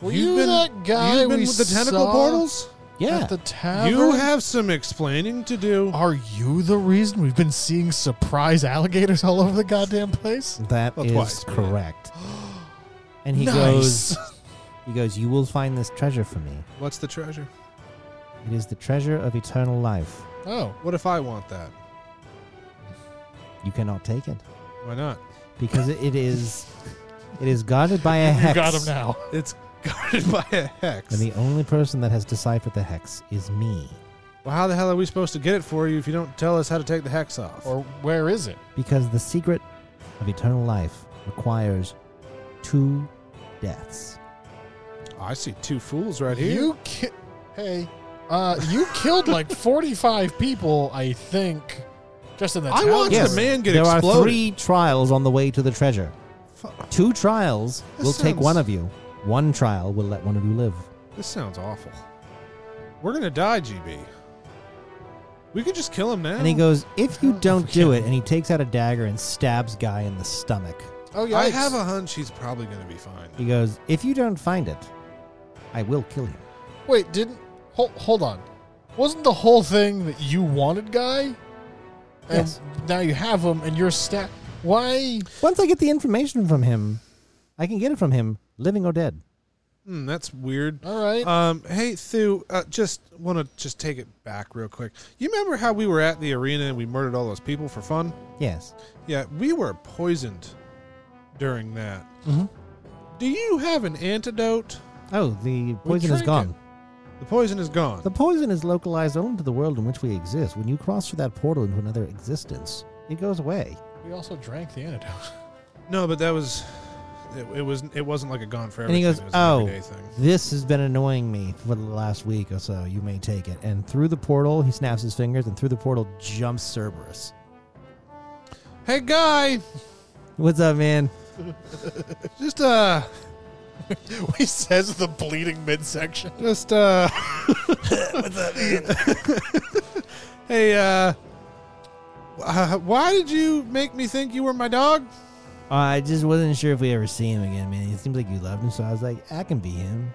Speaker 3: Were
Speaker 2: You've
Speaker 3: you
Speaker 2: been-
Speaker 3: that guy
Speaker 2: You've been
Speaker 3: we
Speaker 2: with the tentacle
Speaker 3: saw
Speaker 2: portals?
Speaker 1: Yeah.
Speaker 3: at the tavern?
Speaker 2: You have some explaining to do.
Speaker 3: Are you the reason we've been seeing surprise alligators all over the goddamn place?
Speaker 1: That
Speaker 2: Well,
Speaker 1: is
Speaker 2: twice, yeah.
Speaker 1: correct. And he
Speaker 3: nice.
Speaker 1: goes, he goes, you will find this treasure for me.
Speaker 2: What's the treasure?
Speaker 1: It is the treasure of eternal life.
Speaker 3: Oh,
Speaker 2: What if I want that?
Speaker 1: You cannot take it
Speaker 2: Why not?
Speaker 1: because it, it is, it is guarded by a
Speaker 3: you
Speaker 1: hex.
Speaker 3: got him now.
Speaker 2: It's guarded by a hex.
Speaker 1: And the only person that has deciphered the hex is me.
Speaker 2: well, how the hell are we supposed to get it for you if you don't tell us how to take the hex off?
Speaker 3: Or where is it?
Speaker 1: Because the secret of eternal life requires two deaths.
Speaker 2: I see two fools right here.
Speaker 3: You ki- hey, uh, you killed like forty-five people, I think, just in the
Speaker 2: I
Speaker 3: town.
Speaker 2: watched
Speaker 1: Yes.
Speaker 2: the man get
Speaker 1: there
Speaker 2: exploded.
Speaker 1: are three trials on the way to the treasure.
Speaker 2: Fu-
Speaker 1: Two trials
Speaker 2: That
Speaker 1: will take
Speaker 2: sounds-
Speaker 1: one of you. One trial will let one of you live.
Speaker 2: This sounds awful. We're gonna die, GB. We could just kill him now.
Speaker 1: And he goes, If
Speaker 2: Oh,
Speaker 1: you don't do it, and he takes out a dagger and stabs Guy in the stomach.
Speaker 3: Oh yeah,
Speaker 2: I have a hunch he's probably gonna be fine.
Speaker 1: He goes, If you don't find it, I will kill you.
Speaker 3: wait. Didn't hold, hold on? Wasn't the whole thing that you wanted, guy? And
Speaker 1: Yes.
Speaker 3: now you have him, and you're sta Why?
Speaker 1: Once I get the information from him, I can get it from him, living or dead.
Speaker 2: Hmm, that's weird.
Speaker 3: All right.
Speaker 2: Um, hey Thu, uh, just want to just take it back real quick. You remember how we were at the arena and we murdered all those people for fun?
Speaker 1: Yes.
Speaker 2: Yeah, we were poisoned during that.
Speaker 1: Mm-hmm.
Speaker 2: Do you have an antidote?
Speaker 1: Oh, the poison is
Speaker 3: drink
Speaker 1: gone.
Speaker 2: The poison is gone.
Speaker 1: The poison is localized only to the world in which we exist. When you cross through that portal into another existence, it goes away.
Speaker 3: we also drank the antidote.
Speaker 2: no, but that was it, it was it wasn't like a gone forever.
Speaker 1: And he goes,
Speaker 2: thing. It was an
Speaker 1: "Oh,
Speaker 2: everyday thing.
Speaker 1: this has been annoying me for the last week or so. You may take it. And through the portal, he snaps his fingers, and through the portal jumps Cerberus.
Speaker 2: Hey guy,
Speaker 1: What's up, man?
Speaker 2: just uh,
Speaker 3: he says the bleeding midsection.
Speaker 2: just uh, what's up, man? hey uh, uh, why did you make me think you were my dog?
Speaker 1: Uh, I just wasn't sure if we ever see him again, man. It seems like you loved him, so I was like, I can be him.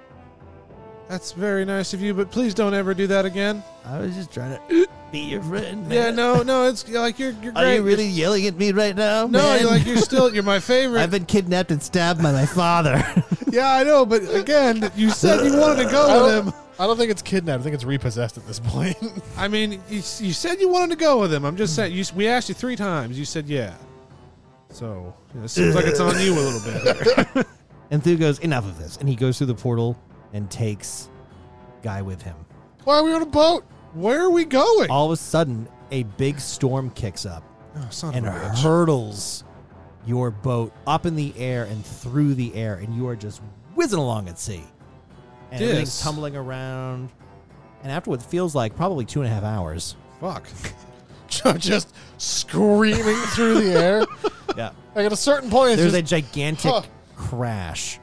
Speaker 2: That's very nice of you, but please don't ever do that again.
Speaker 1: I was just trying to be your friend, man.
Speaker 2: Yeah, no, no, it's like you're you're
Speaker 1: Are
Speaker 2: great.
Speaker 1: you really yelling at me right now?
Speaker 2: no,
Speaker 1: man?
Speaker 2: you're like you're still you're my favorite.
Speaker 1: I've been kidnapped and stabbed by my father.
Speaker 2: yeah, I know, but again, you said you wanted to
Speaker 3: I
Speaker 2: go with
Speaker 1: Oh.
Speaker 3: don't,
Speaker 2: him.
Speaker 3: I don't think it's kidnapped. I think it's repossessed at this point.
Speaker 2: I mean, you, you said you wanted to go with him. I'm just saying, you, we asked you three times. You said yeah. So you know, it seems like it's on you a little bit.
Speaker 1: And Thu goes, enough of this. And he goes through the portal and takes Guy with him.
Speaker 2: Why are we on a boat? Where are we going?
Speaker 1: All of a sudden, a big storm kicks up
Speaker 2: Oh, son
Speaker 1: and
Speaker 2: of a bitch.
Speaker 1: hurtles your boat up in the air and through the air, and you are just whizzing along at sea. And
Speaker 2: This-
Speaker 1: everything's tumbling around. And after what feels like probably two and a half hours,
Speaker 2: Fuck.
Speaker 3: just screaming through the air.
Speaker 1: yeah,
Speaker 3: Like at a certain point, it's
Speaker 1: there's a
Speaker 3: just,
Speaker 1: gigantic
Speaker 3: Huh.
Speaker 1: crash,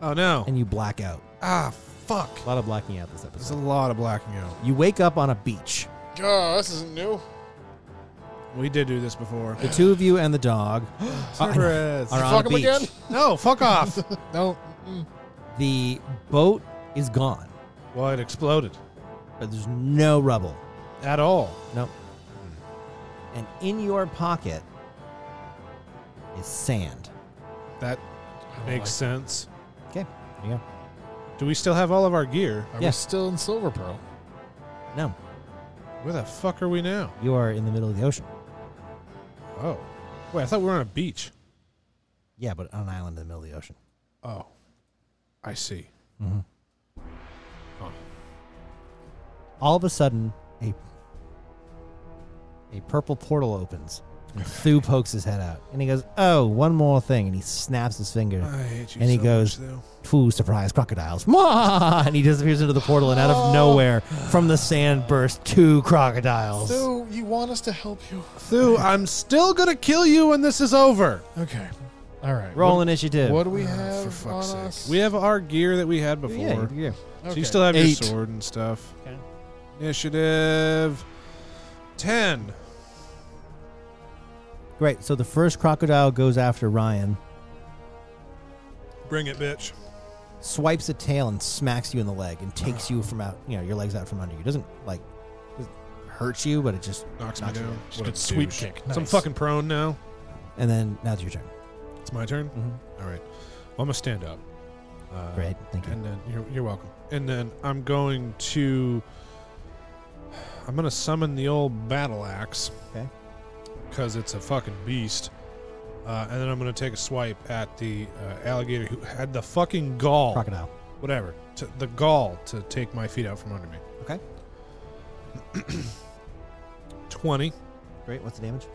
Speaker 2: Oh no.
Speaker 1: and you black out.
Speaker 2: Ah, fuck.
Speaker 1: A lot of blacking out this
Speaker 2: There's a
Speaker 1: episode.
Speaker 2: lot of blacking out.
Speaker 1: You wake up on a beach.
Speaker 3: "Gah, "Oh, this isn't new.
Speaker 2: We did do this before.
Speaker 1: The two of you and the dog
Speaker 2: Cerberus.
Speaker 1: are on
Speaker 3: Fuck
Speaker 1: a
Speaker 3: him
Speaker 1: beach.
Speaker 3: again?
Speaker 2: No, fuck off.
Speaker 3: No.
Speaker 1: The boat is gone,
Speaker 2: well, it exploded.
Speaker 1: but there's no rubble.
Speaker 2: At all.
Speaker 1: Nope. And in your pocket is sand.
Speaker 2: That makes
Speaker 3: Makes
Speaker 2: sense.
Speaker 1: Okay. Yeah.
Speaker 2: Do we still have all of our gear?
Speaker 3: Are
Speaker 1: Yeah.
Speaker 3: we still in Silver Pearl?
Speaker 1: No,
Speaker 2: Where the fuck are we now?
Speaker 1: you are in the middle of the ocean.
Speaker 2: Oh. Wait, I thought we were on a beach.
Speaker 1: Yeah, but on an island in the middle of the ocean.
Speaker 2: Oh. I see.
Speaker 1: All of a sudden, a a purple portal opens. And Thu pokes his head out, and he goes, "Oh, one more thing!" And he snaps his finger.
Speaker 2: I hate you
Speaker 1: And he
Speaker 2: so
Speaker 1: goes-
Speaker 2: much, though.
Speaker 1: Foo, surprise, crocodiles. Mwah! And he disappears into the portal, and out of nowhere, from the sand burst two crocodiles.
Speaker 3: So you want us to help you?
Speaker 2: Thu, I'm still gonna kill you when this is over.
Speaker 3: Okay. All right.
Speaker 1: Roll initiative.
Speaker 3: What, what do we
Speaker 2: Oh,
Speaker 3: have
Speaker 2: for fuck's
Speaker 3: on
Speaker 2: sake.
Speaker 3: us?
Speaker 2: We have our gear that we had before.
Speaker 1: Yeah, yeah.
Speaker 3: Okay.
Speaker 2: So you still have
Speaker 3: Eight.
Speaker 2: your sword and stuff.
Speaker 1: Okay.
Speaker 2: Initiative 10.
Speaker 1: Great. So the first crocodile goes after Ryan,
Speaker 2: Bring it, bitch.
Speaker 1: swipes a tail, and smacks you in the leg, and takes you from out, you know, your legs out from under you. Doesn't like doesn't hurt you, but it just.
Speaker 2: Knocks
Speaker 1: Knocks
Speaker 2: me
Speaker 1: me
Speaker 2: down.
Speaker 3: Just
Speaker 2: What
Speaker 3: a
Speaker 2: a
Speaker 3: sweep
Speaker 2: douche.
Speaker 3: kick.
Speaker 2: So I'm
Speaker 3: Nice.
Speaker 2: fucking prone now.
Speaker 1: And then now it's your turn.
Speaker 2: It's my turn.
Speaker 1: Mm-hmm.
Speaker 2: All right. Well, I'm gonna stand up. Uh,
Speaker 1: Great. Thank you.
Speaker 2: And then you're, you're welcome. And then I'm going to. I'm gonna summon the old battle axe.
Speaker 1: Okay.
Speaker 2: Because it's a fucking beast. Uh, and then I'm gonna take a swipe at the uh, alligator who had the fucking gall,
Speaker 1: Crocodile.
Speaker 2: whatever, to, the gall to take my feet out from under me.
Speaker 1: Okay.
Speaker 2: Twenty.
Speaker 1: Great. What's the damage?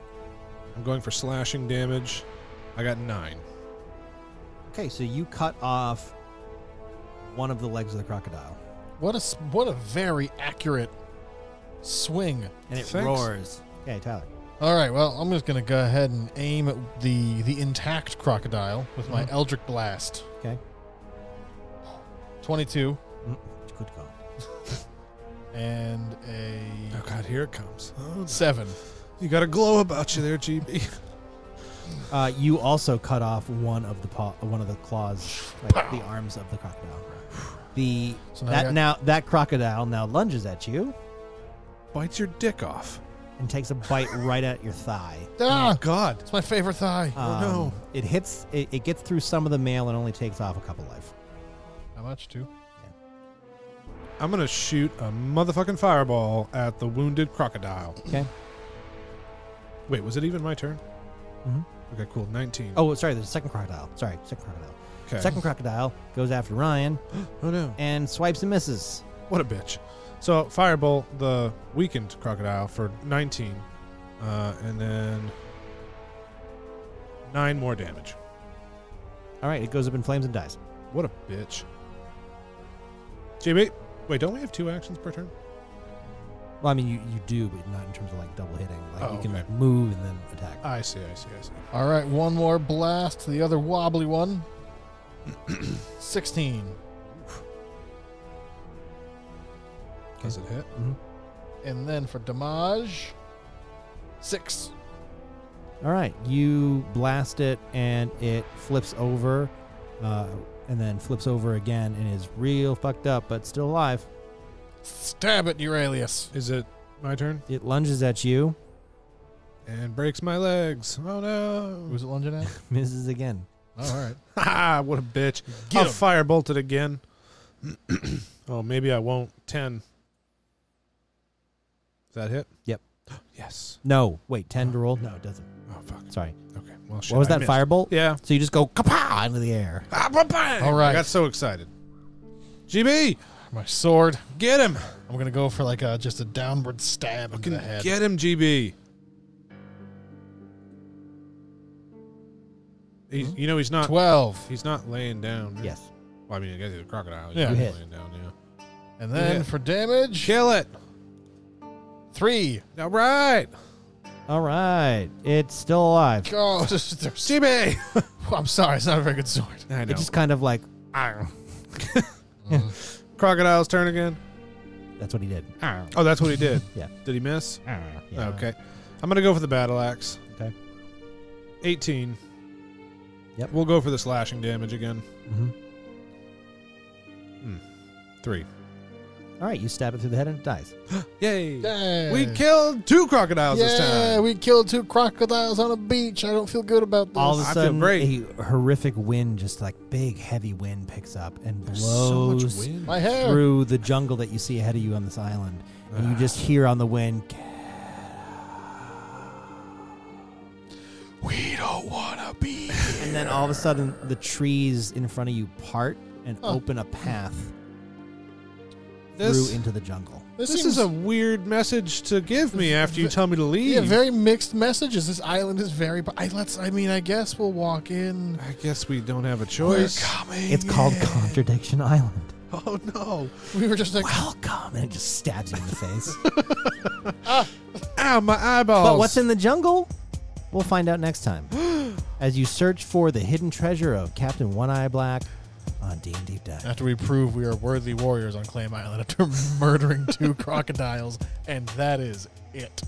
Speaker 2: I'm going for slashing damage. I got nine.
Speaker 1: Okay. So you cut off one of the legs of the crocodile,
Speaker 3: What a s- what a very accurate swing.
Speaker 1: and it
Speaker 2: Thanks.
Speaker 1: roars. Okay, Tyler.
Speaker 3: All right. Well, I'm just gonna go ahead and aim at the the intact crocodile with my
Speaker 2: Mm-hmm.
Speaker 3: Eldritch Blast.
Speaker 1: Okay.
Speaker 3: Twenty-two
Speaker 1: Mm, Good call.
Speaker 3: and
Speaker 2: Oh
Speaker 3: a
Speaker 2: god, here it comes. Oh,
Speaker 3: seven.
Speaker 2: You got a glow about you there, GB.
Speaker 1: Uh, you also cut off one of the paw, uh, one of the claws, like the arms of the crocodile. The
Speaker 3: So now I
Speaker 1: that
Speaker 3: got-
Speaker 1: now that crocodile now lunges at you
Speaker 2: Bites your dick off.
Speaker 1: and takes a bite right at your thigh.
Speaker 3: Ah,
Speaker 2: Oh God. Ah.
Speaker 3: it's my favorite thigh.
Speaker 1: Um,
Speaker 2: no.
Speaker 1: It hits. It, it gets through some of the mail and only takes off a couple life.
Speaker 3: How much? Two.
Speaker 2: I'm gonna shoot a motherfucking fireball at the wounded crocodile.
Speaker 1: Okay.
Speaker 2: Wait, was it even my turn?
Speaker 1: Mhm.
Speaker 2: Okay, cool. 19.
Speaker 1: Oh, sorry. There's a second crocodile. Sorry, second crocodile.
Speaker 2: okay.
Speaker 1: Second crocodile goes after Ryan
Speaker 2: Oh no.
Speaker 1: and swipes and misses.
Speaker 2: What a bitch. So fireball the weakened crocodile for 19, uh, and then nine more damage.
Speaker 1: All right, it goes up in flames and dies.
Speaker 2: What a bitch. GB. Wait, don't we have two actions per turn?
Speaker 1: Well, I mean, you, you do, but not in terms of like double hitting. Like
Speaker 2: Oh,
Speaker 1: you can
Speaker 2: okay.
Speaker 1: move and then attack.
Speaker 2: I see. I see. I see.
Speaker 3: All right. One more blast. The other wobbly one. Sixteen
Speaker 2: Does it hit?
Speaker 3: and then for damage, six.
Speaker 1: All right, you blast it and it flips over, uh, and then flips over again and is real fucked up, but still alive.
Speaker 3: Stab it, Euralius.
Speaker 2: Is it my turn?
Speaker 1: It lunges at you,
Speaker 2: And breaks my legs. Oh no.
Speaker 3: Who's it lunging at?
Speaker 1: misses again.
Speaker 3: Oh, all right. Oh,
Speaker 2: Ah, what a bitch.
Speaker 3: Get
Speaker 2: I'll
Speaker 3: him.
Speaker 2: firebolt it again. oh, maybe I won't. 10. Is that hit?
Speaker 1: Yep.
Speaker 2: yes.
Speaker 1: No, wait, ten to roll. No, it doesn't.
Speaker 2: Oh, fuck.
Speaker 1: Sorry.
Speaker 2: Okay. Well, shit,
Speaker 1: what was
Speaker 2: I
Speaker 1: that
Speaker 2: missed.
Speaker 1: firebolt?
Speaker 2: Yeah.
Speaker 1: So you just go kapow into the air.
Speaker 2: Ah, ba- bang!
Speaker 3: All right.
Speaker 2: I got so excited. GB,
Speaker 3: My sword.
Speaker 2: get him.
Speaker 3: I'm gonna go for like a just a downward stab into
Speaker 2: Fucking
Speaker 3: the head.
Speaker 2: get him, GB. He's, you know he's not.
Speaker 3: Twelve,
Speaker 2: He's not laying down.
Speaker 1: Yes.
Speaker 2: Well, I mean, I guess he's a crocodile. He's
Speaker 3: Yeah.
Speaker 2: not
Speaker 1: You hit.
Speaker 2: laying down. Yeah.
Speaker 3: and then
Speaker 2: Yeah.
Speaker 3: for damage,
Speaker 2: Kill it.
Speaker 3: three.
Speaker 2: All right,
Speaker 1: All right. It's still alive.
Speaker 3: God, Oh, there's-
Speaker 2: GB.
Speaker 3: I'm sorry, it's not a very good sword.
Speaker 2: I know.
Speaker 1: It just kind of like,
Speaker 2: Crocodile's turn again.
Speaker 1: that's what he did.
Speaker 2: Oh, that's what he did.
Speaker 1: Yeah.
Speaker 2: Did he miss? Oh,
Speaker 1: Yeah.
Speaker 2: Okay. I'm gonna go for the battle axe.
Speaker 1: Okay.
Speaker 2: 18.
Speaker 1: Yep.
Speaker 2: We'll go for the slashing damage again.
Speaker 1: hmm
Speaker 2: Three.
Speaker 1: All right. You stab it through the head and it dies.
Speaker 2: Yay!
Speaker 3: Dang.
Speaker 2: We killed two crocodiles this
Speaker 3: Yeah,
Speaker 2: time.
Speaker 3: we killed two crocodiles on a beach. I don't feel good about this.
Speaker 1: All of a
Speaker 2: I feel
Speaker 1: sudden,
Speaker 2: great.
Speaker 1: a horrific wind, just like big, heavy wind, picks up and blows
Speaker 3: My hair.
Speaker 1: through the jungle that you see ahead of you on this island, and you just hear on the wind.
Speaker 3: We don't want to be.
Speaker 1: And then all of a sudden, the trees in front of you part and
Speaker 3: Huh.
Speaker 1: open a path
Speaker 2: This,
Speaker 1: through into the jungle.
Speaker 3: This,
Speaker 2: this
Speaker 3: seems,
Speaker 2: is a weird message to give me after you
Speaker 3: ve-
Speaker 2: tell me to leave.
Speaker 3: yeah, very mixed messages. This island is very. I let's. I mean, I guess we'll walk in.
Speaker 2: I guess we don't have a
Speaker 3: We're
Speaker 2: choice.
Speaker 3: coming.
Speaker 1: It's called
Speaker 3: in.
Speaker 1: Contradiction Island.
Speaker 2: Oh no!
Speaker 3: We were just like,
Speaker 1: Welcome, and it just stabs you in the face.
Speaker 2: Ow, my eyeballs!
Speaker 1: But what's in the jungle? We'll find out next time as you search for the hidden treasure of Captain One Eye Black on D and Deep Dive.
Speaker 3: after we prove we are worthy warriors on Claim Island after murdering two crocodiles, and that is it.